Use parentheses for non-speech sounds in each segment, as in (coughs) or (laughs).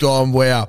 gone, wow.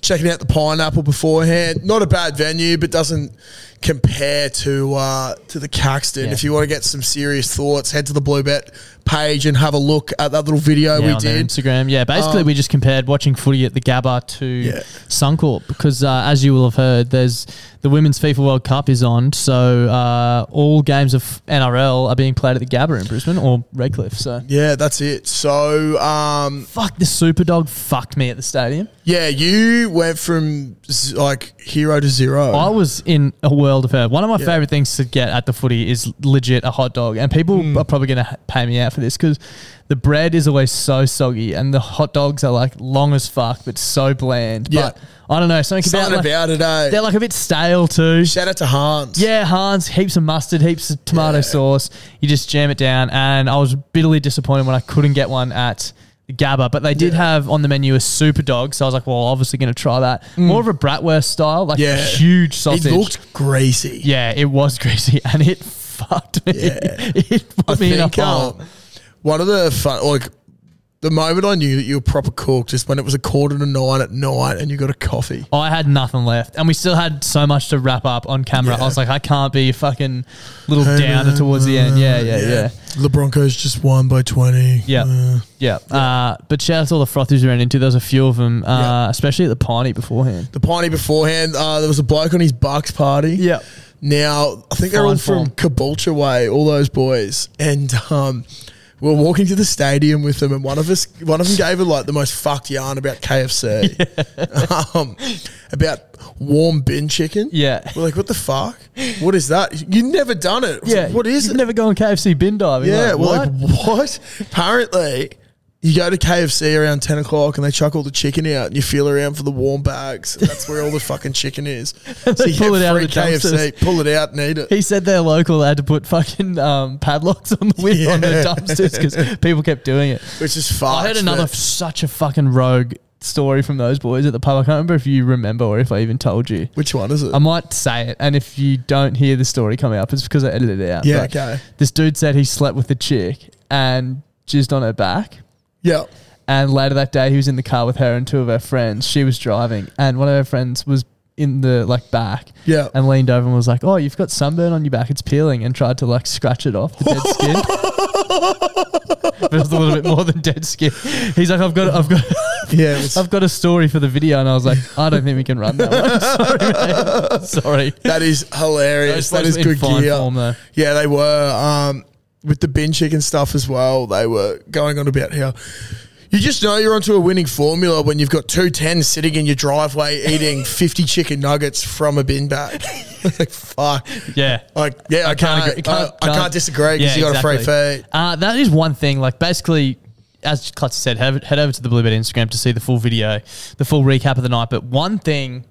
checking out the pineapple beforehand. Not a bad venue, but doesn't compare to uh, to the Caxton. Yeah. If you want to get some serious thoughts, head to the Bluebet page and have a look at that little video Yeah, we on their did. Instagram. Yeah, basically Um, we just compared watching footy at the Gabba to Yeah. Suncorp because uh, as you will have heard, there's the Women's FIFA World Cup is on, so uh, all games of NRL are being played at the Gabba in Brisbane or Redcliffe. So Yeah, that's it. So, um, fuck the Superdog fucked me at the stadium. yeah, you went from z- like hero to zero. I was in a world of hurt. One of my Yeah. favorite things to get at the footy is legit a hot dog, and people Mm. are probably going to pay me out for this because the bread is always so soggy, and the hot dogs are like long as fuck but so bland. Yeah. But I don't know something, Something about, like, about it, eh? They're like a bit stale too. Shout out to Hans. Yeah, Hans, heaps of mustard, heaps of tomato sauce. You just jam it down. And I was bitterly disappointed when I couldn't get one at Gabba, but they did have on the menu a super dog, so I was like, well, obviously going to try that. More of a bratwurst style, like Mm. Yeah. huge sausage. It looked greasy. yeah, it was (laughs) greasy, and it fucked me. (laughs) it put I me in a think hole. um, one of the fun, like the moment I knew that you were proper cooked is when it was a quarter to nine at night and you got a coffee. I had nothing left, and we still had so much to wrap up on camera. I Yeah. was like, I can't be a fucking little downer towards the end. Yeah, yeah, yeah, The Broncos just won by twenty. yeah, yeah. Uh, but shout out to all the frothies we ran into. There was a few of them, uh, especially at the piney beforehand. The piney beforehand, uh, there was a bloke on his Bucks party. Now I think they're Fine all from form. Caboolture Way, all those boys, and um, we we're walking to the stadium with them, and one of us, one of them gave it like the most fucked yarn about (laughs) KFC, um, about warm bin chicken. Yeah. we're like, what the fuck? What is that? You never done it? I was Yeah. like, what is You've it? Never gone KFC bin diving. yeah, Like, we're what? like, what? Apparently. You go to KFC around 10 o'clock and they chuck all the chicken out and you feel around for the warm bags. And that's where all the fucking chicken is. (laughs) So They you pull get it out of free the dumpsters. KFC, pull it out and eat it. He said their local had to put fucking um, padlocks on the win- on the Yeah. dumpsters because people kept doing it. which is far. I heard another f- such a fucking rogue story from those boys at the pub. I can't remember if you remember or if I even told you. Which one is it? I might say it, and if you don't hear the story coming up, it's because I edited it out. Yeah, But okay. This dude said he slept with a chick and jizzed on her back. yeah, And later that day, he was in the car with her and two of her friends. She was driving, and one of her friends was in the like back, Yeah. and leaned over and was like, "Oh, you've got sunburn on your back. It's peeling," and tried to like scratch it off the dead skin. but it was a little bit more than dead skin. He's like, "I've got, I've got, yeah. it was- I've got a story for the video," and I was like, "I don't think we can run that one. (laughs) Sorry, mate. Sorry." that is Those hilarious. That blokes is were in good fine gear. form, though. yeah, they were um, with the bin chicken stuff as well. They were going on about how. You just know you're onto a winning formula when you've got two tens sitting in your driveway (laughs) eating 50 chicken nuggets from a bin bag. (laughs) like, fuck. Yeah. Like, yeah, I, can't, agree- I, Uh, I can't, disagree because Yeah, you got a free exactly. feed. Uh, that is one thing. Like basically, as Klutz said, head, head over to the Bluebird Instagram to see the full video, the full recap of the night. But one thing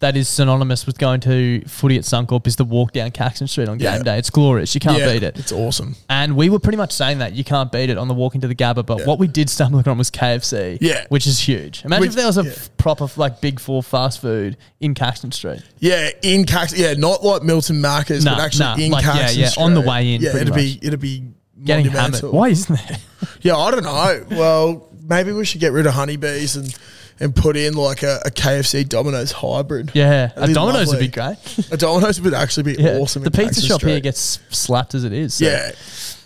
that is synonymous with going to footy at Suncorp is the walk down Caxton Street on game Yeah. day. It's glorious. You can't Yeah, beat it. It's awesome. And we were pretty much saying that you can't beat it on the walk into the Gabba. But Yeah. what we did stumble upon was KFC, Yeah. which is huge. Imagine Which- if there was a yeah. f- proper like big four fast food in Caxton Street. Yeah, in Cax. Yeah, not like Milton Marcus, Nah, but actually nah, in like, yeah, Caxton yeah, Street. on the way in, Yeah, pretty it'd much. be it'd be Getting hammered. monumental. Why isn't there? Yeah, I don't know. Well, maybe we should get rid of honeybees and and put in like a, a KFC Domino's hybrid. Yeah, That'd a be Domino's would lovely. be great. A Domino's would actually be Yeah. awesome. The in pizza Caxton shop here Street. gets slapped as it is. so. yeah.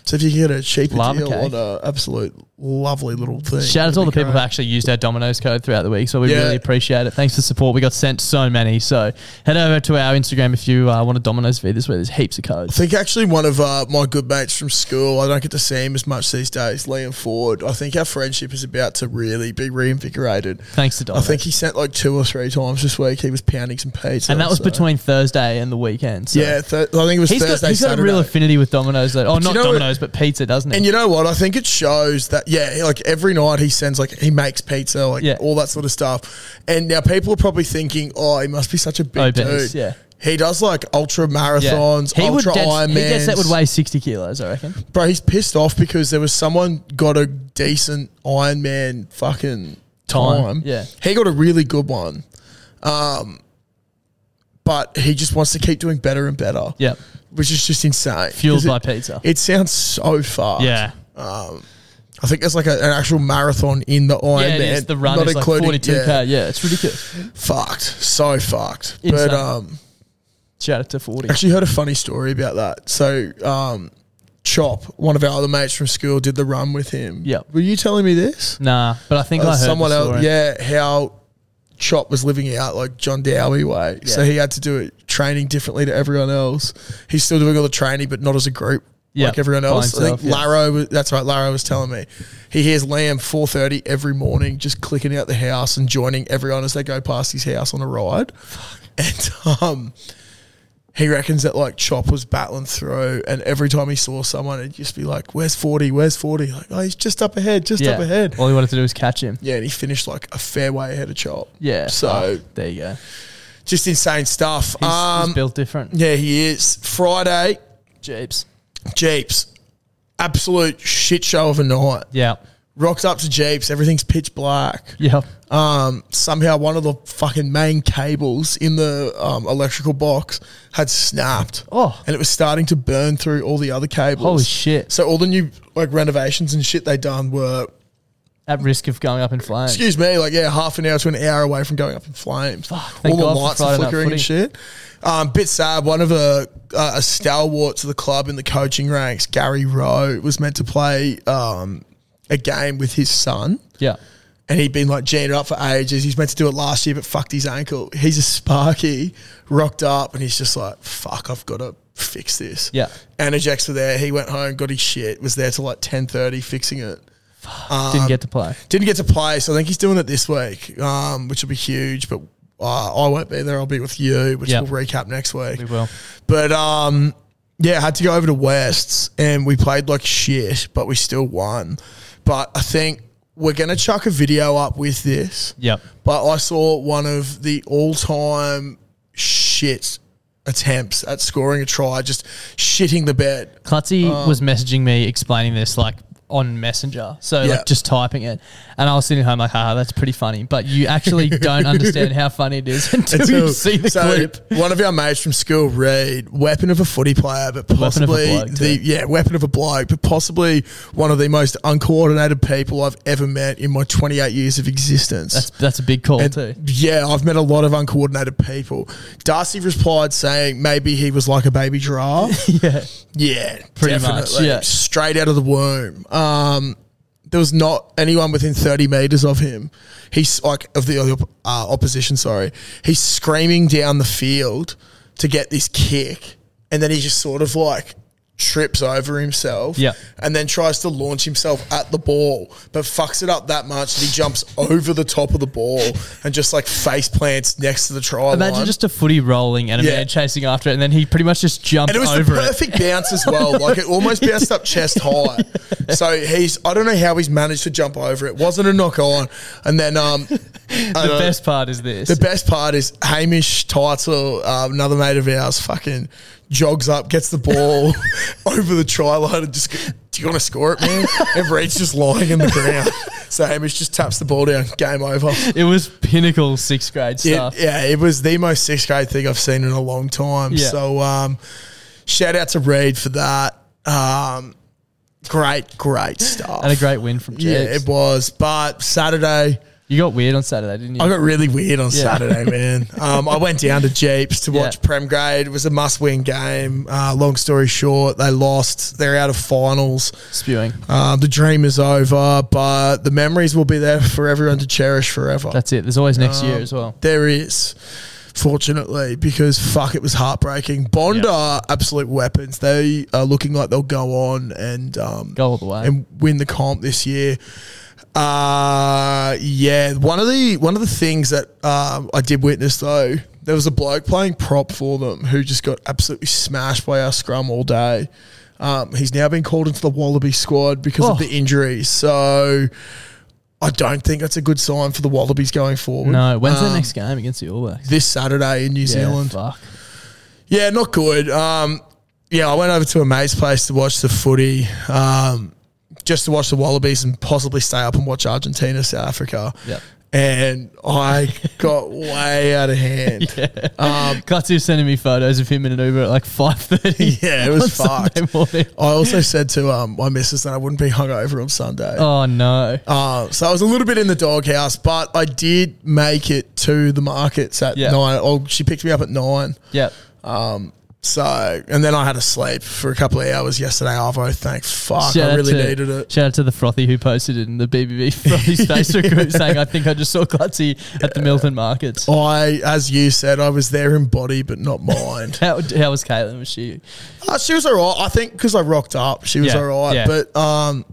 So if you can get a cheaper Lava deal cake. on an absolute lovely little thing. Shout out it'd to all the be people who great. actually used our Domino's code throughout the week, so we Yeah. really appreciate it. Thanks for the support. We got sent so many, so head over to our Instagram if you uh, want a Domino's feed this way. There's heaps of I codes. think actually one of uh, my good mates from school, I don't get to see him as much these days, Liam Ford. I think our friendship is about to really be reinvigorated. Thanks to I Domino's. think he sent like two or three times this week. He was pounding some pizza, and that was so- between Thursday and the weekend. So. uh, Yeah, th- I think it was He's got, Thursday. he's got a real Saturday. affinity with Domino's, though. Oh, you not know what- Domino's, but pizza, doesn't he? And you know what? I think it shows that yeah, like every night he sends like he makes pizza, like Yeah. all that sort of stuff. And now people are probably thinking, oh, he must be such a big Obese, dude. yeah. He does like ultra Yeah. marathons, he would ultra dead, he gets that Ironmans. would weigh 60 kilos, I reckon. (laughs) Bro, he's pissed off because there was someone got a decent Iron Man fucking Time, time. yeah. He got a really good one. Um but he just wants to keep doing better and better. Yep. Which is just insane. Fueled 'Cause by it- pizza. It sounds so fast. Yeah. I think there's like a, an actual marathon in the Iron yeah, it Man. is. The run is like 42K. Yeah. it's ridiculous. Fucked. So fucked. Insane. But um Shout out to (laughs) 40. actually heard a funny story about that. So um Chop, one of our other mates from school, did the run with him. Yep. Were you telling me this? Nah, but I think I Uh, heard the someone else, story. yeah, how Chop was living out like John Dowie way. So Yeah. he had to do it training differently to everyone else. He's still doing all the training, but not as a group. Yeah, like everyone by else. I himself, think yeah. Laro was, that's right, Laro was telling me. He hears Lamb 4.30 every morning just clicking out the house and joining everyone as they go past his house on a ride. (laughs) And um, he reckons that like Chop was battling through and every time he saw someone, he'd just be like, where's 40, where's 40? Like, oh, he's just up ahead, just up ahead. All he wanted to do was catch him. Yeah, and he finished like a fair way ahead of Chop. Yeah. So Oh, there you go. He's, just insane stuff. he's um, built different. yeah, he is. Friday, Jeeps. Jeeps. Absolute shit show of a night. Yeah. Rocks up to Jeeps, everything's pitch black. Yeah. Um, somehow one of the fucking main cables in the um, electrical box had snapped. Oh. And it was starting to burn through all the other cables. Holy shit. So all the new like renovations and shit they done were At risk of going up in flames. excuse me, like yeah, half an hour to an hour away from going up in flames. thank All the God for lights are Friday night flickering and footy. shit. Um, bit sad. One of a, a stalwart to the club in the coaching ranks, Gary Rowe, was meant to play um, a game with his son, Yeah. and he'd been like jammed up for ages. He's meant to do it last year, but fucked his ankle. He's a sparky, rocked up, and he's just like, "Fuck, I've got to fix this." Yeah. Anajex were there. He went home, got his shit, was there till like ten thirty fixing it. Um, Didn't get to play. Didn't get to play, so I think he's doing it this week, um, which will be huge. But uh, I won't be there. I'll be with you, which Yep. we'll recap next week. We will. But um, yeah, had to go over to West's, and we played like shit, but we still won. But I think we're gonna chuck a video up with this. Yep. But I saw one of the all-time shit attempts at scoring a try, just shitting the bed. Klutzy um, was messaging me explaining this like on Messenger. So Yeah. like just typing it. And I was sitting home like, haha, that's pretty funny. But you (laughs) actually don't understand how funny it is (laughs) until, Until- you see the so clip. One of our mates from school, Reed, weapon of a footy player, but Weapon of a possibly bloke, the too. yeah weapon of a bloke, but possibly one of the most uncoordinated people I've ever met in my 28 years of existence. That's (laughs) that's a big call And too. yeah, I've met a lot of uncoordinated people. Darcy replied saying maybe he was like a baby (laughs) giraffe. Yeah. yeah, Pretty definitely. much, yeah. Straight out of the womb. Um, there was not anyone within 30 meters of him. He's like, of the op- uh, opposition, sorry. He's screaming down the field to get this kick. And then he just sort of like trips over himself Yeah. and then tries to launch himself at the ball, but fucks it up that much that he jumps over the top of the ball and just like face plants next to the try Imagine line. just a footy rolling and a Yeah. man chasing after it, and then he pretty much just jumped And it was the over it. perfect bounce as well. Like it (laughs) almost bounced up chest high. So he's I don't know how he's managed to jump over it. Wasn't a knock on. And then um The best part is this. (laughs) the best part is Hamish Title, um, another mate of ours, fucking jogs up, gets the ball (laughs) over the try line and just go, do you want to score (laughs) it, man? And Reed's just lying in the ground. So Hamish just taps the ball down, game over. it was pinnacle sixth grade stuff. It, yeah, it was the most sixth grade thing I've seen in a long time. Yeah. So um, shout out to Reed for that. Um, great, great stuff. and a great win from yeah, Jags. it was. But Saturday, you got weird on Saturday, didn't you? I got really weird on Yeah. (laughs) Saturday, man. Um, I went down to Jeeps to Yeah. watch Prem Grade. It was a must-win game. Uh, long story short, they lost. They're out of finals. Spewing. Uh, the dream is over, but the memories will be there for everyone to cherish forever. That's it. There's always Um, next year as well. There is, fortunately, because fuck, it was heartbreaking. Bond Yeah. are absolute weapons. They are looking like they'll go on and um, Go all the way. and win the comp this year. Uh, yeah, one of the one of the things that um, I did witness though, there was a bloke playing prop for them who just got absolutely smashed by our scrum all day. Um, he's now been called into the Wallaby squad because Oh. of the injury. So I don't think that's a good sign for the Wallabies going forward. no, when's Um, the next game against the All Blacks? This Saturday in New Yeah, Zealand. fuck. Yeah, not good. Um, yeah, I went over to a mate's place to watch the footy, um, just to watch the Wallabies and possibly stay up and watch Argentina, South Africa. Yep. And I (laughs) got way out of hand. (laughs) Yeah, Katsu was Um, sending me photos of him in an Uber at like (laughs) 5.30. it was on Sunday fucked. morning. I also said to um, my missus that I wouldn't be hungover on Sunday. Oh, no. Uh, so I was a little bit in the doghouse, but I did make it to the markets at Yeah. nine. Oh, she picked me up at nine. Yep. So, and then I had to sleep for a couple of hours yesterday. Arvo, thank fuck, I out really to- needed it. Shout out to the Frothy who posted it in the (laughs) BBB Frothy's Facebook group saying, I think I just saw Klutzy at the Milton Markets. I, as you said, I was there in body but not (laughs) mind. How, how was Caitlin? Was she? Uh, she was all right. I think because I rocked up, she was Yeah, all right. yeah. But um,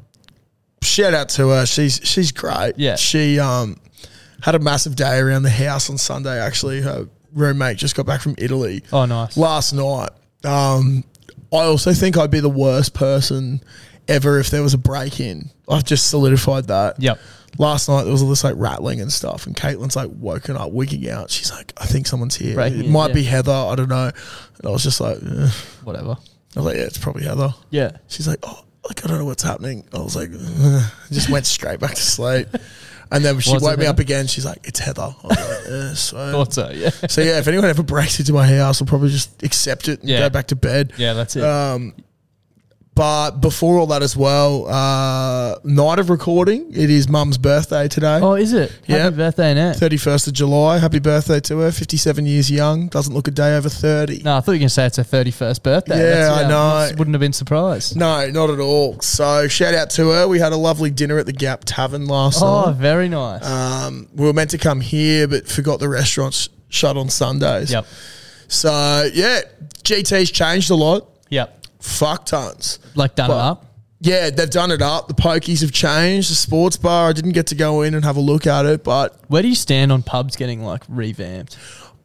shout out to her. She's she's great. Yeah. She um had a massive day around the house on Sunday. Actually, her roommate just got back from Italy. Oh, nice. last night. Um, I also think I'd be the worst person ever if there was a break in. I've just solidified that. Yep. Last night there was all this like rattling and stuff, and Caitlin's like woken up, wigging out. She's like, "I think someone's here. Breaking it in, might yeah. be Heather. I don't know." And I was just like, eh. "I Whatever. was like, yeah, it's probably Heather." Yeah. She's like, "Oh, like, I don't know what's happening. I was like, "Ugh." just went straight back to sleep. And then she Was it woke me her? up again. She's like, it's Heather. I was like, (laughs) "Yeah, so. Thought so, yeah. so yeah, if anyone ever breaks into my house, I'll probably just accept it and Yeah. go back to bed. Yeah, that's it. Uh, But before all that as well, uh, night of recording, it is mum's birthday today. oh, is it? Happy yeah. birthday, Nat. 31st of July. Happy birthday to her. 57 years young. Doesn't look a day over 30. No, I thought you were going to say it's her 31st birthday. Yeah, I know. just Wouldn't have been surprised. No, not at all. So shout out to her. We had a lovely dinner at the Gap Tavern last Oh, night. very nice. Um, we were meant to come here, but forgot the restaurants shut on Sundays. yep. So yeah, GT's changed a lot. Yep. Fuck tons. Like done it Well, up. Yeah, they've done it up. The pokies have changed. The sports bar. I didn't get to go in and have a look at it, but Where do you stand on pubs getting like revamped?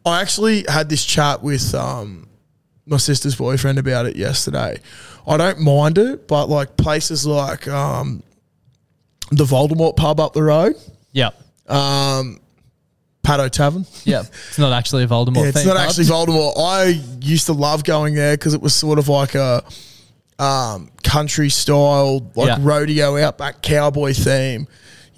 I actually had this chat with um, my sister's boyfriend about it yesterday. I don't mind it, but like places like um, the Voldemort pub up the road, Yep. Paddo Tavern. Yep. it's not actually a Voldemort Yeah, it's themed not pub. actually Voldemort. I used to love going there because it was sort of like a um, country style, like Yeah. rodeo outback cowboy theme.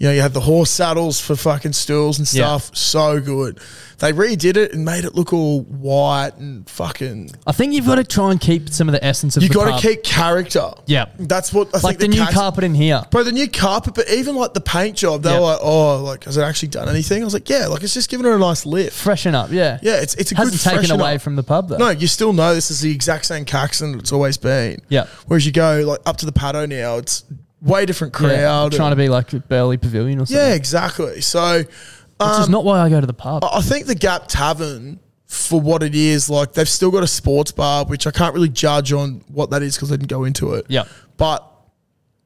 You know, you had the horse saddles for fucking stools and Yeah. stuff. So good. They redid it and made it look all white and fucking. I think you've got to try and keep some of the essence of You the got pub. to keep character. Yep. That's what I like the think new cats- carpet in here. Bro, the new carpet, but even like the paint job, they Yep. were like, "Oh, like has it actually done anything?" I was like, "Yeah, like it's just giving her a nice lift." Freshen up, yeah. Yeah, it's it's a Hasn't good taken freshen away up. from the pub though. No, you still know this is the exact same Caxton it's always been. Yeah. Whereas you go like up to the paddo now, it's way different crowd. yeah, I'm trying to and- be like a Burley Pavilion or something. yeah, exactly. So Which um, is not why I go to the pub. I I think the Gap Tavern, for what it is, like they've still got a sports bar, which I can't really judge on what that is because I didn't go into it. Yeah. But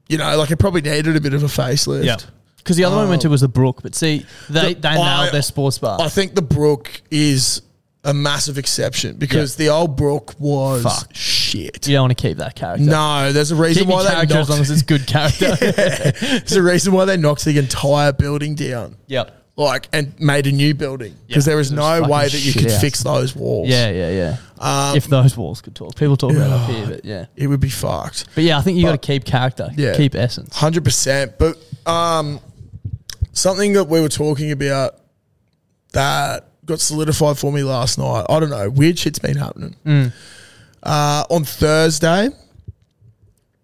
you know, like it probably needed a bit of a facelift. Because the other one we went to was the Brook, but see, they, Oh. The- they I- nailed their sports bar. I think the Brook is a massive exception because the old Brook was Fuck. shit. you don't want to keep that character. No, there's a reason Keep your why they character as knocked long as (laughs) it's good character. There's a reason why they knocked the entire building down, Yep. like, and made a new building because Yeah. there is It was no fucking way that you shit could house. fix those walls. Yeah, yeah, yeah. Um, if those walls could talk, people talk about it up here, but yeah, it would be fucked, but yeah, I think you got to keep character, Yeah. keep essence. hundred percent. But um, something that we were talking about that got solidified for me last night. I don't know, weird shit's been happening. Mm. Uh, on Thursday,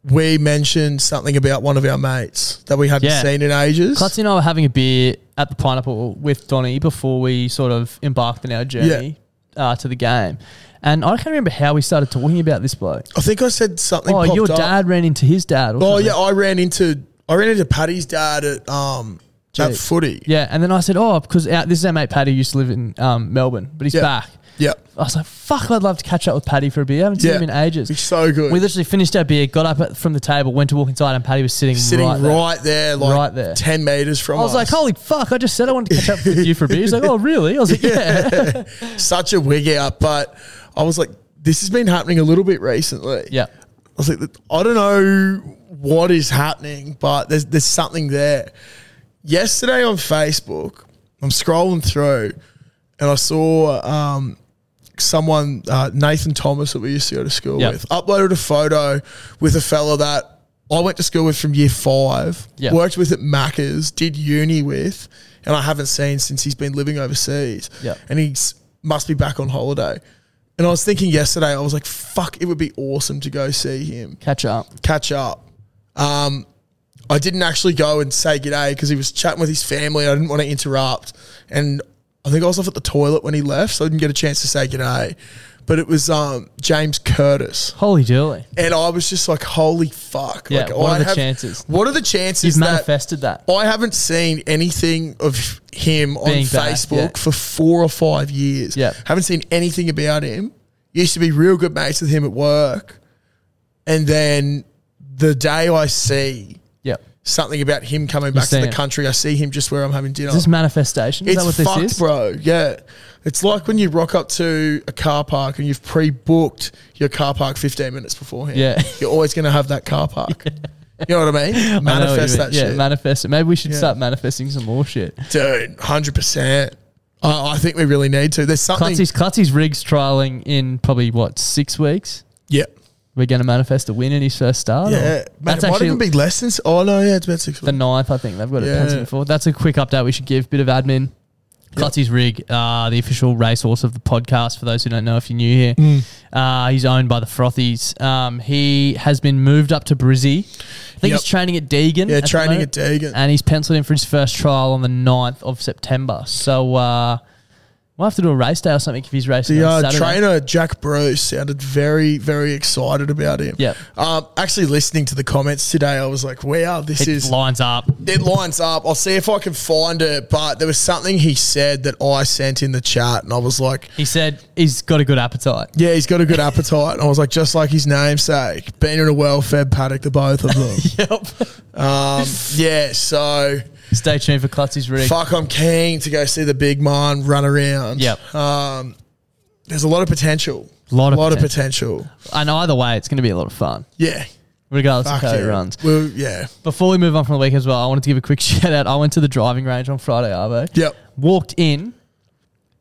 we mentioned something about one of our mates that we hadn't Yeah. seen in ages. Clutzy and I were having a beer at the Pineapple with Donny before we sort of embarked on our journey uh, to the game, and I can't remember how we started talking about this bloke. I think I said something. Oh, popped your up. dad ran into his dad. Or Oh something. yeah, I ran into I ran into Paddy's dad at um at Jake. footy. yeah. And then I said, oh, because our, this is our mate Paddy who used to live in um, Melbourne, but he's Yeah. back. Yeah. I was like, fuck, I'd love to catch up with Paddy for a beer. I haven't Yeah. seen him in ages. He's so good. We literally finished our beer, got up at, from the table, went to walk inside, and Paddy was sitting, Sitting right, there. there, like Right there. ten meters I from was us. like, holy fuck, I just said I wanted to catch up with you for a beer. He's like, oh, really? I was like, (laughs) yeah. such a wig out. But I was like, this has been happening a little bit recently. Yeah. I was like, I don't know what is happening, but there's there's something there. Yesterday on Facebook, I'm scrolling through, and I saw um, someone uh, Nathan Thomas that we used to go to school Yeah. with uploaded a photo with a fella that I went to school with from year five, Yeah. worked with at Macca's, did uni with, and I haven't seen since he's been living overseas. Yeah. and he must be back on holiday. And I was thinking yesterday, I was like, "Fuck, it would be awesome to go see him." Catch up. catch up. Um, I didn't actually go and say g'day because he was chatting with his family. I didn't want to interrupt, and I think I was off at the toilet when he left, so I didn't get a chance to say g'day. But it was um, James Curtis, Holy dooly. and I was just like, "Holy fuck!" Yeah, like, what are I the chances? What are the chances? He's that manifested that. I haven't seen anything of him on Being back, Facebook yeah. for four or five years. Yep. Haven't seen anything about him. Used to be real good mates with him at work. And then the day I see Yep. something about him coming back to seen the it. country, I see him just where I'm having dinner. Is this manifestation? Is Oh. it's that what this fucked, is? bro. Yeah. It's like when you rock up to a car park and you've pre booked your car park 15 minutes beforehand. Yeah. You're always going to have that (laughs) car park. You know what I mean? I know what you Manifest mean. that yeah, shit. manifest it. Maybe we should Yeah. start manifesting some more shit. Dude, hundred percent. I, I think we really need to. There's something. Clutzy's, Clutzy's rigs trialing in probably, what, six weeks? Yeah, We're going to manifest a win in his first start. or- Yeah, man, that's it might actually even be less than. s- Oh no, yeah, it's about six. the ninth. I think they've got it Yeah. penciled for. That's a quick update we should give. Bit of admin. Clutzy's rig, uh, the official racehorse of the podcast. For those who don't know, if you're new here, Mm. uh, he's owned by the Frothies. Um, he has been moved up to Brizzy. I think Yep. he's training at Deegan. Yeah, at the training moment, at Deegan. and he's penciled in for his first trial on the 9th of September. So uh, we'll have to do a race day or something if he's racing The on uh, Saturday. trainer Jack Bruce sounded very, very excited about him. Yep. Um, actually, listening to the comments today, I was like, "Wow, this It is lines up. it lines up." I'll see if I can find it. But there was something he said that I sent in the chat, and I was like, He said he's got a good (laughs) appetite. "Yeah, he's got a good appetite." And I was like, "Just like his namesake, been in a well-fed paddock, the both of them." (laughs) Yep. um, yeah. So Stay tuned for Clutzy's rig. fuck, I'm keen to go see the big man run around. Yep. Um, there's a lot of potential. Lot of potential. And either way, it's going to be a lot of fun, Yeah. regardless Fuck of how yeah. it runs. Well, yeah. Before we move on from the week as well, I wanted to give a quick (laughs) shout out. I went to the driving range on Friday, Arvo. Yep. Walked in,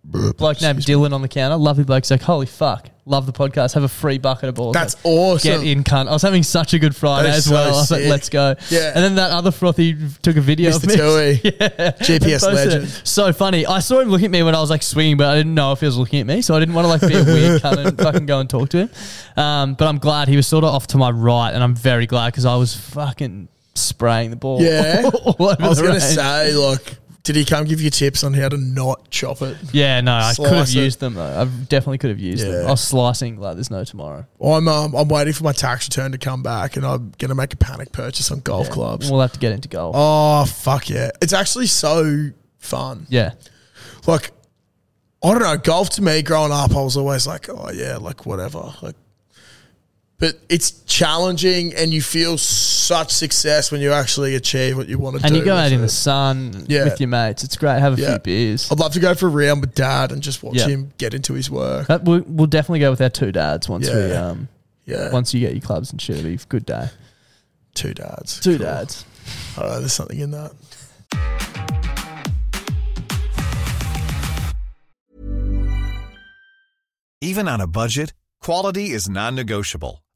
bloke named Dylan on the counter, lovely bloke. He's like, holy fuck, love the podcast, have a free bucket of balls. That's Like, awesome. Get in, cunt. I was having such a good Friday That is as well. so I was like, sick. let's go. Yeah. And then that other frothy took a video of Mr. me. Tui. (laughs) GPS posted it. legend. So funny. I saw him look at me when I was like swinging, but I didn't know if he was looking at me, so I didn't want to like be a weird cunt and fucking go and talk to him. Um, but I'm glad he was sort of off to my right, and I'm very glad because I was fucking spraying the ball. Yeah. (laughs) all over I was the going to range. say, like, did he come give you tips on how to not chop it? Yeah, no, I could have Slice it. used them though. I definitely could have used them. Yeah. I was slicing like there's no tomorrow. I'm um, I'm waiting for my tax return to come back, and I'm going to make a panic purchase on golf clubs. We'll have to get into goal. Oh fuck yeah! It's actually so fun. Yeah. like I don't know, golf to me growing up, I was always like, oh yeah, like whatever. Like but it's challenging and you feel such success when you actually achieve what you want to do. And you go out with in the it. sun Yeah. with your mates. It's great. Have a Yeah. few beers. I'd love to go for a round with dad and just watch Yeah. him get into his work. But we'll, we'll definitely go with our two dads once we Yeah. um Yeah. once you get your clubs and shit. It'll be a good day. two dads. Two Cool. dads. I don't know, there's something in that. Even on a budget, quality is non-negotiable.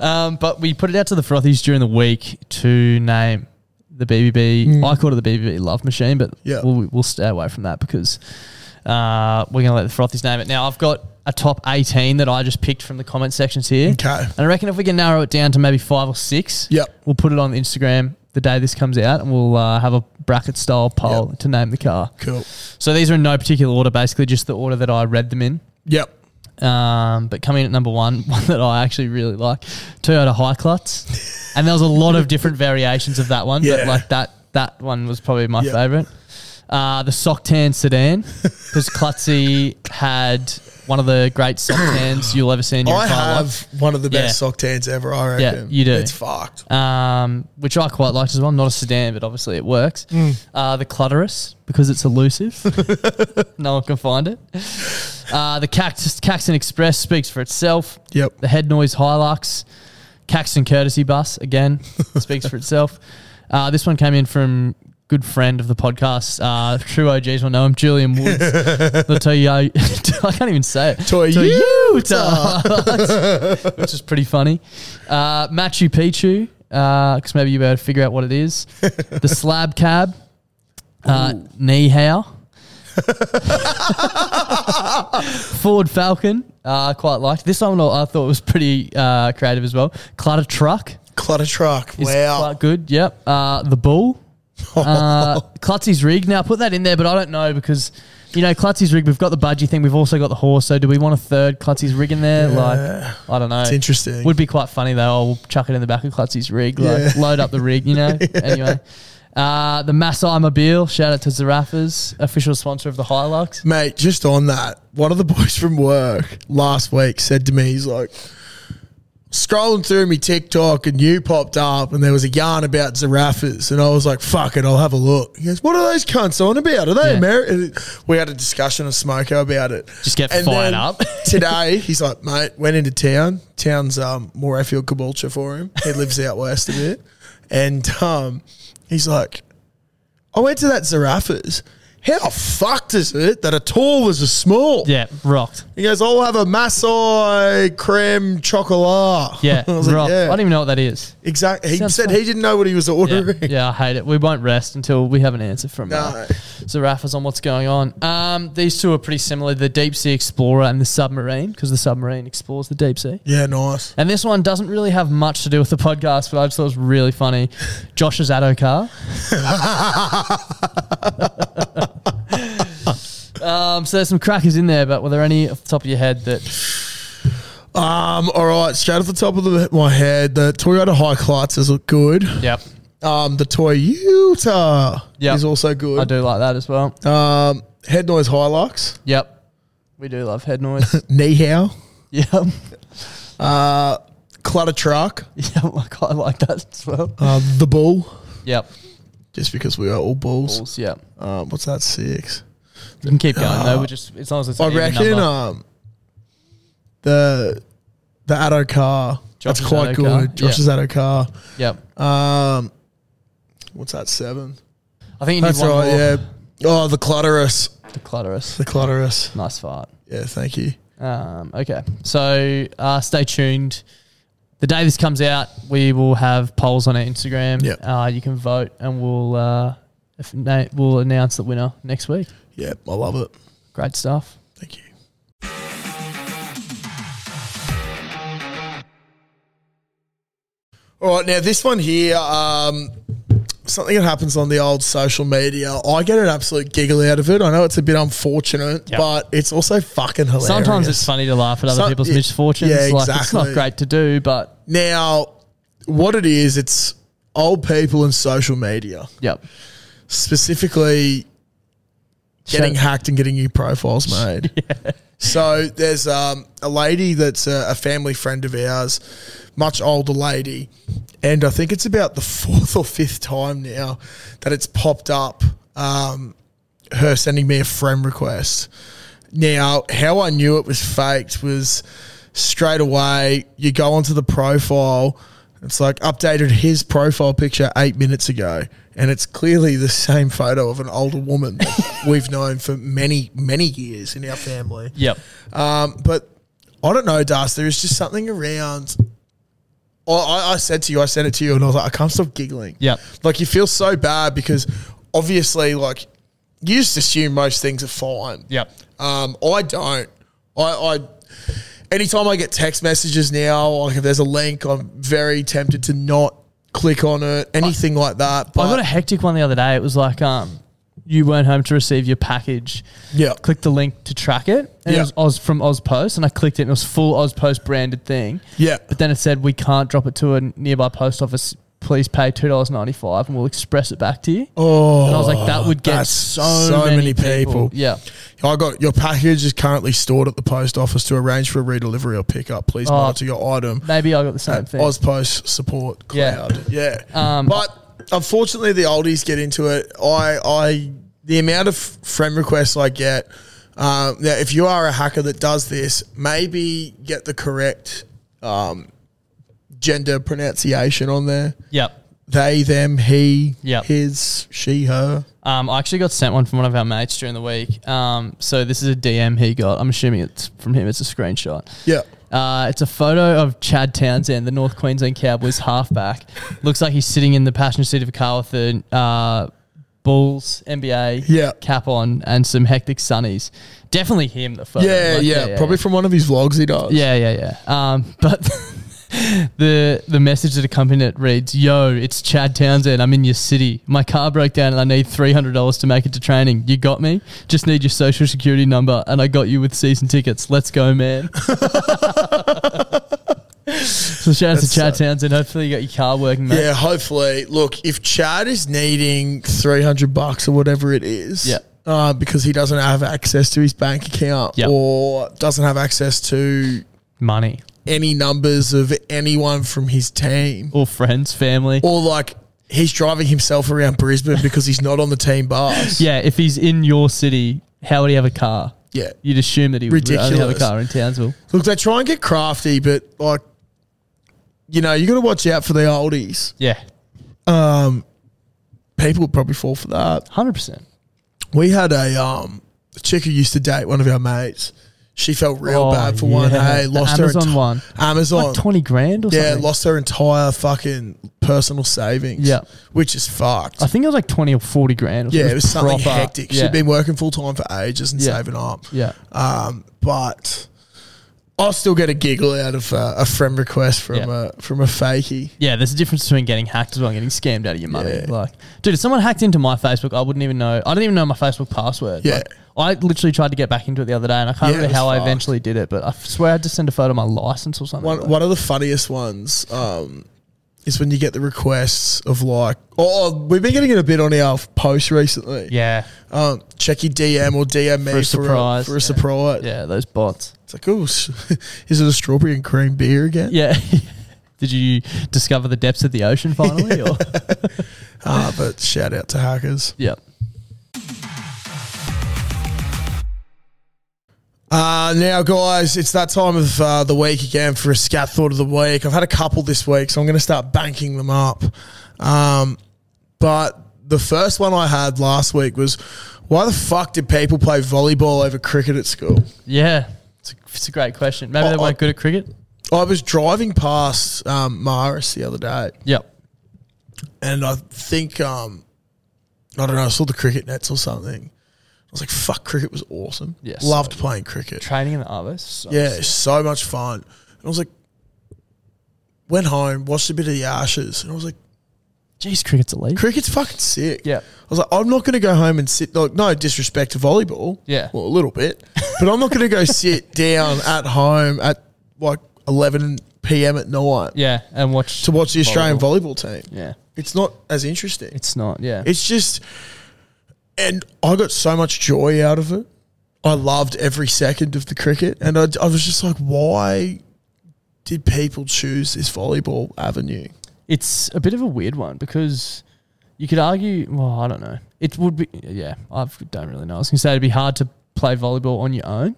um, but we put it out to the frothies during the week to name the BBB. I called it the BBB Love Machine, but Mm. Yeah. we'll, we'll stay away from that because uh, we're going to let the frothies name it. Now, I've got a top 18 that I just picked from the comment sections here. Okay. And I reckon if we can narrow it down to maybe five or six, Yep. we'll put it on Instagram the day this comes out and we'll uh, have a bracket style poll to name the car. cool. So these are in no particular order, basically just the order that I read them in. Yep. Um, but coming in at number one, (laughs) one that I actually really like, Toyota High Klutz. and there was a lot of different variations of that one, Yeah. but like that that one was probably my Yep. favorite. Uh, the Socktan sedan, because Klutzy had one of the great (coughs) Socktans you'll ever see in your I entire have life. one of the best Yeah. sock tans ever. I Yeah, reckon. you do. It's fucked. um, which I quite liked as well. Not a sedan, but obviously it works. Mm. Uh, the Clutterus, because it's (laughs) elusive. no one can find it. Uh, the Cax- Caxton Express speaks for itself. Yep. The Head Noise Hilux. Caxton courtesy bus again speaks for itself. Uh, this one came in from good friend of the podcast, uh, true OGs will know him, Julian Woods. the Toyo- (laughs) I can't even say it. Toyota. Toyota. which is pretty funny. Uh, Machu Picchu, because maybe you better figure out what it is. the Slab Cab, uh, Ni Hao. Ford Falcon, uh, quite liked. This one I thought was pretty uh, creative as well. Clutter Truck Clutter truck. is Wow. quite good. Yep. Uh, the (laughs) Bull. Uh, Klutzy's rig. Now put that in there, but I don't know because you know Klutzy's rig. We've got the budgie thing. We've also got the horse. So do we want a third Klutzy's rig in there? Like I don't know. It's interesting. Would be quite funny though. I'll chuck it in the back of Klutzy's rig. Like load up the rig. You (laughs) know. Anyway. Uh, the Maasai Mobile, shout out to Zarafas, official sponsor of the Hilux. Mate, just on that, one of the (laughs) boys from work last week said to me, he's like, scrolling through me TikTok and you popped up and there was a yarn about giraffes and I was like, fuck it, I'll have a look. He goes, what are those cunts on about? Are they Yeah. American? We had a discussion of Smoko about it. Just get fired up. (laughs) today, he's like, mate, went into town. Town's um, Morayfield Caboolture for him. He lives out west a bit. And um, he's like, I went to that Zarafas. How fucked is it that a tall is a small? Yeah, (laughs) rocked. He goes, I'll have a Masai creme chocolat. Yeah, (laughs) I was rocked. like, I yeah. don't even know what that (laughs) is. Exactly. He Sounds said fun. he didn't know what he was Yeah, ordering. (laughs) yeah, I hate it. We won't rest until we have an answer from No. uh, Zarafas on what's going on. Um, these two are pretty similar: the deep sea explorer and the submarine, because the submarine explores the deep sea. Yeah, nice. And this one doesn't really have much to do with the podcast, but I just thought it was really funny. (laughs) Josh's Addo (laughs) car. um, so there's some crackers in there, but were there any off the top of your head that? Um, all right, straight off the top of the, my head, the Toyota High Clatzes look good. Yep, Um, the Toyota Yeah. is also good. I do like that as well. Um, head noise Hilux, Yep, Uh, we do love head noise. Nihao, yep, (laughs) yep, Clutter Truck, I quite like that as well. um, the Bull, Yep. just because we are all bulls. Bulls, yeah. Um, what's that six? You can keep going though. We're just as long as it's. an I even reckon number. um, the the Addo car. Josh's that's quite Addo good. car, Josh's Addo car. Yep. Um, what's that seven? I think you need That's one right. more. Yeah. Oh, the Clutterus. The clutterus. The Clutterus. Nice fart. Yeah. Thank you. Um, okay, so uh, stay tuned. The day this comes out, we will have polls on our Instagram. Yep. Uh, you can vote, and we'll uh, if, na- we'll announce the winner next week. Yeah, I love it. Great stuff. Thank you. All right, now this one here, um, something that happens on the old social media. I get an absolute giggle out of it. I know it's a bit unfortunate, Yeah. but it's also fucking hilarious. Sometimes it's funny to laugh at other Some- people's yeah, misfortunes. yeah, like it's not exactly. great to do, but Now, what it is, it's old people and social media, yep. specifically getting So- hacked and getting new profiles made. So there's um, a lady that's a, a family friend of ours, much older lady, and I think it's about the (laughs) fourth or fifth time now that it's popped up. Um, her sending me a friend request. Now, how I knew it was faked was straight away you go onto the profile. It's like updated his profile picture eight minutes ago, and it's clearly the same photo of an older woman that we've known for many, many years in our family. Yep. Um, but I don't know, Das. There is just something around. I, I, I said to you, I sent it to you, and I was like, I can't stop giggling. Yep. Like, you feel so bad because obviously, like, you just assume most things are fine. Yep. Um, I don't. I, I anytime I get text messages now, like if there's a link, I'm very tempted to not click on it, anything like that. But I got a hectic one the other day. It was like, um, you weren't home to receive your package. Yeah. Click the link to track it. And Yeah. it was Oz from Oz Post. And I clicked it and it was full Oz Post branded thing. Yeah. But then it said, we can't drop it to a nearby post office. Please pay $2.95 and we'll express it back to you. oh, and I was like, that would get that's so, so many, many people. people. Yeah. I got your package is currently stored at the post office to arrange for a redelivery or pickup. Please Oh. monitor your item. Maybe I got the same thing. Ozpost support Yeah. cloud. Yeah. Um, but unfortunately, the oldies get into it. I, I, the amount of friend requests I get. Um, now, if you are a hacker that does this, maybe get the correct um, gender pronunciation on there. Yep. They, them, he, Yep. his, she, her. Um, I actually got sent one from one of our mates during the week. Um, so this is a DM he got. I'm assuming it's from him. It's a screenshot. Yeah. Uh, it's a photo of Chad Townsend, the North Queensland Cowboys halfback. Looks like he's sitting in the passenger seat of a car with the uh, Bulls NBA Yeah. cap on and some hectic sunnies. Definitely him. The photo. Yeah, Like, yeah, Probably from one of his vlogs he does. Yeah, yeah, yeah. Um, (laughs) but the the message that accompanied it reads, "Yo, it's Chad Townsend. I'm in your city. My car broke down, and I need three hundred dollars to make it to training. You got me. Just need your social security number, and I got you with season tickets. Let's go, man." (laughs) so shout out to Chad Townsend. Hopefully, you got your car working, mate. Yeah, hopefully. Look, if Chad is needing 300 bucks or whatever it is, Yeah. uh, because he doesn't have access to his bank account Yeah. or doesn't have access to Money any numbers of anyone from his team, or friends, family. or like he's driving himself around Brisbane because he's not on the (laughs) team bus. yeah, if he's in your city, how would he have a car? Yeah. You'd assume that he would only have a Ridiculous. car in Townsville. Look, they try and get crafty, but like, you know, you got to watch out for the oldies. Yeah, People would probably fall for that. hundred percent. We had a um a chick who used to date one of our mates. She felt real Oh, bad for one. yeah. Hey, The lost Amazon her enti- one. Amazon. Like 20 grand or yeah, something. lost her entire fucking personal savings. Yeah. which is fucked. I think it was like 20 or 40 grand. Or yeah, it was something proper. hectic. Yeah. She'd been working full time for ages and Yeah. saving up. Yeah. Um, but I'll still get a giggle out of uh, a friend request from Yeah. a from a fakey. Yeah, there's a difference between getting hacked as well and getting scammed out of your money. Like, dude, if someone hacked into my Facebook, I wouldn't even know. I didn't even know my Facebook password. Yeah. Like, I literally tried to get back into it the other day, and I can't Yeah, it remember was how I fucked. eventually did it, but I swear I had to send a photo of my license or something. One like one of the funniest ones um, is when you get the requests of like, oh, oh, we've been getting it a bit on our posts recently. that. yeah, Um, check your DM or DM me For a surprise, for a, yeah. surprise. yeah, those bots. It's like, oh, sh- (laughs) is it a strawberry and cream beer again? Yeah. (laughs) Did you discover the depths of the ocean finally? (laughs) Or Ah, but shout out to hackers. yeah, Uh, now, guys, it's that time of uh, the week again for a scat thought of the week. I've had a couple this week, so I'm going to start banking them up. Um, but the first one I had last week was why the fuck did people play volleyball over cricket at school? yeah. It's a, it's a great question. Maybe Oh, they I- weren't good at cricket. I was driving past um, Maris the other day, Yep. and I think um, I don't know. I saw the cricket nets or something. I was like, "Fuck, cricket was awesome. Yes. Loved playing cricket. Training in the arbors. So yeah, so much fun." And I was like, went home, watched a bit of the Ashes, and I was like, Jeez, cricket's elite. "Cricket's fucking sick." Yeah. I was like, "I'm not going to go home and sit." Like, no disrespect to volleyball. Yeah. well, a little bit, but I'm not going to (laughs) go sit down at home at like 11 p.m. at night yeah, and watch to watch the Australian volleyball, team. Yeah, It's not as interesting. it's not. Yeah, It's just, and I got so much joy out of it. I loved every second of the cricket, and I, I was just like, why did people choose this volleyball avenue? it's a bit of a weird one because you could argue. Well, I don't know. It would be. Yeah, I don't really know. I was gonna say it'd be hard to play volleyball on your own.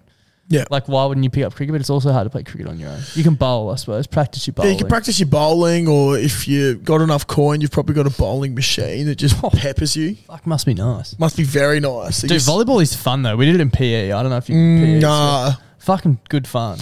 Yeah, like Like, why wouldn't you pick up cricket? But it's also hard to play cricket on your own. You can bowl, I suppose. Practice your bowling. you can practice your bowling, or if you got enough coin, you've probably got a bowling machine that (laughs) just peppers you. Fuck, must be nice. Must be very nice. Oh. You Dude, just- volleyball is fun though. We did it in PE. I don't know if you. PE is- Mm, Nah, Fucking good fun.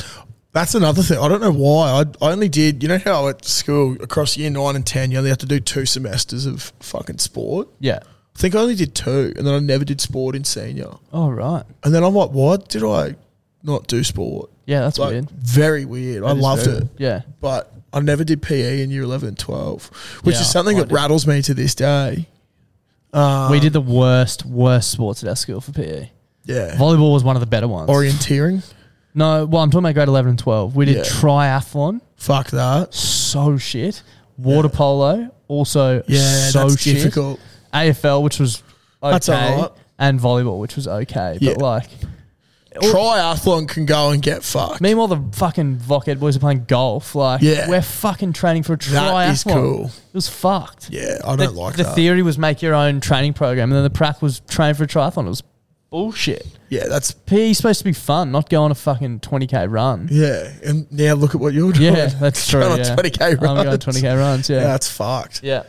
That's another thing. I don't know why. I, I only did, you know how at school across year nine and 10, you only have to do two semesters of fucking sport? Yeah. I think I only did two, and then I never did sport in senior. All Oh, right. And then I'm like, why did I not do sport? Yeah, that's like, weird. Very weird. I That is loved very- it. Yeah. But I never did PE in year 11 and 12, which Yeah, is something I that did. rattles me to this day. um, we did the worst, worst sports at our school for PE. Yeah. Volleyball was one of the better ones. Orienteering. No, well, I'm talking about grade 11 and 12. We did Yeah. triathlon, Fuck that. so shit. Water polo, also Yeah, so that's shit. difficult. AFL, which was okay. That's alright. And volleyball, which was okay. Yeah. But like, Triathlon can go and get fucked. meanwhile, the fucking Voc Ed boys are playing golf. Like, Yeah. we're fucking training for a triathlon. That is cool. It was fucked. Yeah, I The, don't like the that. theory was make your own training program, and then the prac was train for a triathlon. It was bullshit. Yeah, that's PE's supposed to be fun, not go on a fucking 20k run. yeah. And now look at what (laughs) you're doing. Yeah, that's true. Going on yeah. 20k I'm going runs. 20k runs, yeah. Yeah, that's fucked. yeah.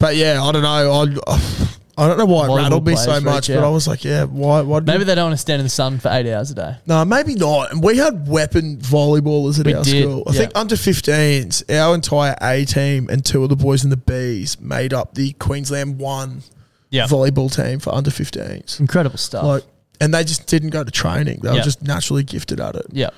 But yeah, I don't know. I (sighs) I don't know why it Multiple rattled me so players much, reach but I out. was like, yeah, why? why did Maybe they don't want to stand in the sun for eight hours a day. No, maybe not. And we had weapon volleyballers at We our did, school. I yeah. think under 15s, our entire A team and two of the boys in the Bs made up the Queensland one Yeah. volleyball team for under 15s. Incredible stuff. Like, and they just didn't go to training. They Yeah. were just naturally gifted at it. yeah.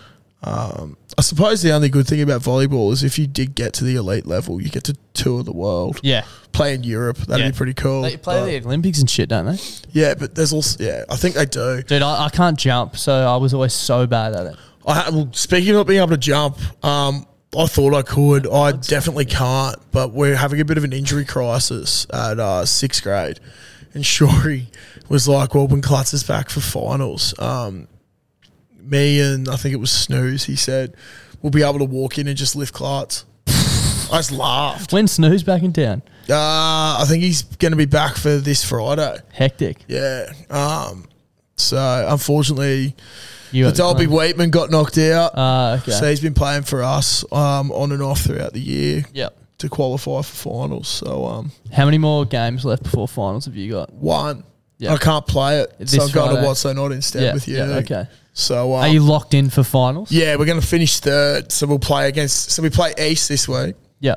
I suppose the only good thing about volleyball is if you did get to the elite level, you get to tour the world. Yeah. Play in Europe. That'd Yeah. be pretty cool. They play But- the Olympics and shit, don't they? yeah, but there's also, yeah, I think they do. Dude, I, I can't jump, so I was always so bad at it. I ha- well, speaking of not being able to jump, um, I thought I could. I definitely can't. But we're having a bit of an injury crisis at uh, sixth grade, and Shory was like, "Well, when Klutz is back for finals, um, me and I think it was Snooze, he said, we'll be able to walk in and just lift Klutz." (laughs) I just laughed. When Snooze back in town? Uh, I think he's going to be back for this Friday. Hectic. Yeah. Um, so unfortunately, You the Dolby Wheatman got knocked out. Uh, okay. So he's been playing for us um, on and off throughout the year yep. to qualify for finals. So um, How many more games left before finals have you got? one, Yeah. I can't play it, This so I'm going Friday. to what's so not instead Yeah, with you. yeah, okay. So um, Are you locked in for finals? yeah, we're going to finish third. So we'll play against. So we play East this week, Yeah.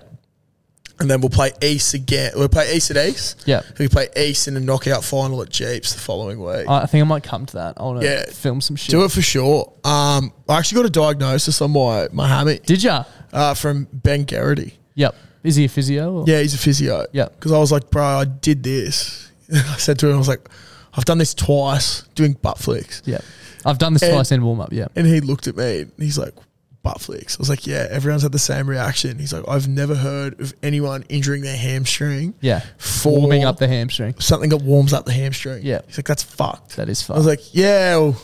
and then we'll play East again. We'll play East at East. Yeah. and we play East in a knockout final at Jeeps the following week. I, I think I might come to that. I want to Yeah. film some Ah, shit. do it for sure. Um, I actually got a diagnosis on my my hammy Did ya? uh, from Ben Garrity. Yep. Is he a physio? Or? Yeah, he's a physio. Yeah. Because I was like, bro, I did this. (laughs) I said to him, I was like, I've done this twice doing butt flicks. Yeah. I've done this And- twice in warm up. Yeah. And he looked at me and he's like, butt flicks. I was like, yeah, everyone's had the same reaction. He's like, I've never heard of anyone injuring their hamstring. Yeah. For- Warming up the hamstring. Something that warms up the hamstring. Yeah. He's like, that's fucked. That is I was fucked. like, yeah, well,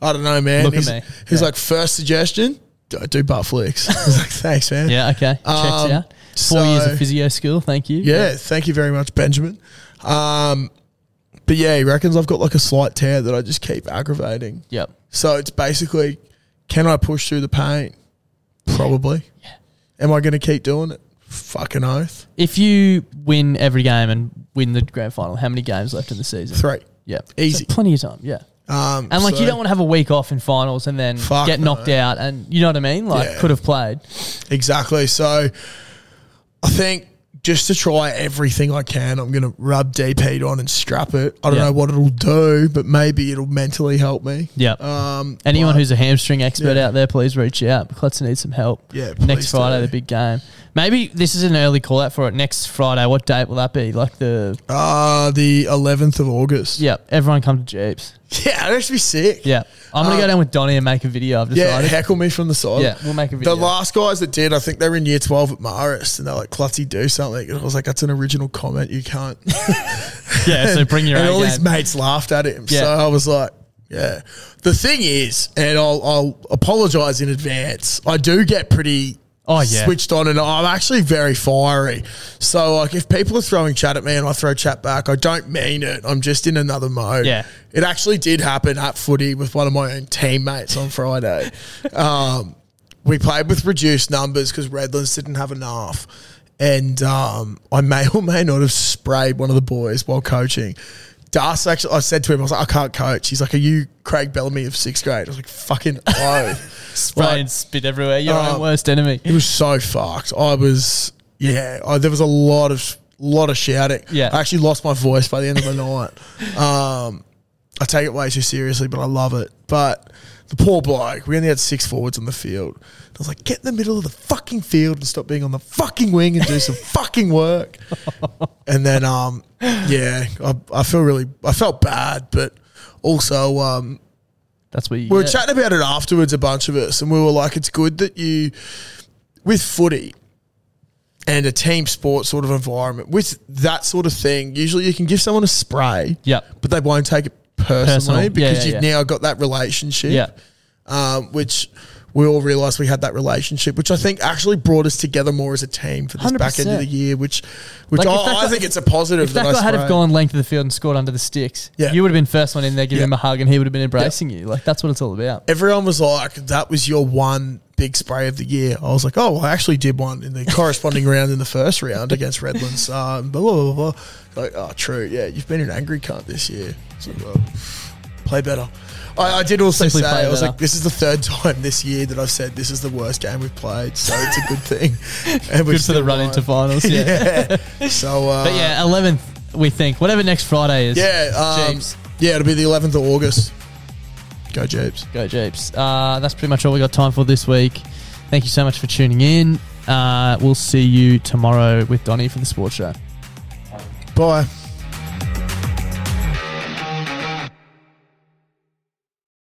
I don't know, man. Look at he's me. he's Yeah. like, first suggestion, don't do butt flicks. (laughs) I was like, thanks, man. Yeah. Okay. Checks Um, out. Four years so- of physio school. Thank you. Yeah, thank you very much, Benjamin. Um, but yeah, he reckons I've got like a slight tear that I just keep aggravating. Yep. So it's basically, can I push through the pain? Probably. Yeah. Am I going to keep doing it? Fucking oath. If you win every game and win the grand final, how many games left in the season? Three. Yeah. Easy. So plenty of time. Yeah. Um, And like so- you don't want to have a week off in finals and then Fuck get no. knocked out and you know what I mean? Like Yeah. could have played. Exactly. So I think just to try everything I can, I'm going to rub deep heat on and strap it. I don't Yeah. know what it'll do, but maybe it'll mentally help me. Yeah. Um, Anyone but- who's a hamstring expert Yeah. out there, please reach out. Clutzer needs some help. Yeah, Next please Friday, do. the big game. Maybe this is an early call out for it. Next Friday, what date will that be? Like the Uh, the 11th of August. yeah, everyone come to Jeeps. (laughs) Yeah, that'd actually be sick. Yeah, I'm gonna go Um, down with Donnie and make a video. I've Yeah, decided. heckle me from the side. Yeah, we'll make a video. The last guys that did, I think they were in year 12 at Marist and they're like, Clutzy, do something. And I was like, that's an original comment. You can't. Yeah, (laughs) so bring your (laughs) and all own his game. mates laughed at him. Yeah. So I was like, yeah. The thing is, and I'll, I'll apologize in advance, I do get pretty Oh, yeah. switched on and I'm actually very fiery. So, like, if people are throwing chat at me and I throw chat back, I don't mean it. I'm just in another mode. Yeah. It actually did happen at footy with one of my own teammates on Friday. um, we played with reduced numbers because Redlands didn't have enough. And um, I may or may not have sprayed one of the boys while coaching. Das actually, I said to him, I was like, I can't coach. He's like, Are you Craig Bellamy of sixth grade? I was like, Fucking oath. spray Like, and spit everywhere. Your um, own worst enemy. it was so fucked. I was, yeah, I, there was a lot of, lot of shouting. Yeah. I actually lost my voice by the end of the (laughs) night. Um, I take it way too seriously, but I love it. But the poor bloke, we only had six forwards on the field. I was like, get in the middle of the fucking field and stop being on the fucking wing and do some fucking work. And then, um, yeah, I, I feel really, I felt bad, but also, um, That's what you. we were get. chatting about it afterwards, a bunch of us, and we were like, it's good that you, with footy and a team sport sort of environment, with that sort of thing, usually you can give someone a spray, Yep. but they won't take it personally Personal. Yeah, because yeah, you've yeah. now got that relationship, Yeah. um, which we all realised we had that relationship, which I think actually brought us together more as a team for this back end of 100%. the year, which which Like, if that I, I guy- think it's a positive. If that I guy had have sprayed. gone length of the field and scored under the sticks, Yeah. you would have been first one in there giving Yeah. him a hug, and he would have been embracing you. Like that's what it's all about. everyone was like, that was your one big spray of the year. I was like, oh, well, I actually did one in the (laughs) corresponding round in the first round against Redlands. Um, blah, blah, blah, blah. Like, oh, true. Yeah, you've been an angry cunt this year. So, well, play better. I, I did also Simply say, play I was better. like, this is the third time this year that I've said this is the worst game we've played. So it's a good (laughs) thing. And Good for we're the still run right. into finals. Yeah. (laughs) Yeah. So, uh, But yeah, eleventh we think whatever next Friday is. yeah, um, Jeeps. yeah, it'll be the 11th of August. Go, Jeeps. Go Jeeps. Uh, that's pretty much all we got time for this week. Thank you so much for tuning in. Uh, we'll see you tomorrow with Donnie for the sports show. Bye.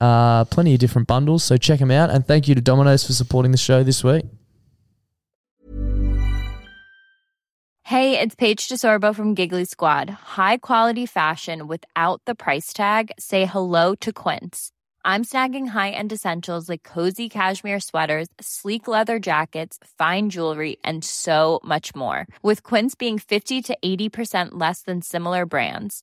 Uh, plenty of different bundles, so check them out. And thank you to Domino's for supporting the show this week. Hey, it's Paige DeSorbo from Giggly Squad. High quality fashion without the price tag. Say hello to Quince. I'm snagging high-end essentials like cozy cashmere sweaters, sleek leather jackets, fine jewelry, and so much more. With Quince being 50 to 80% less than similar brands.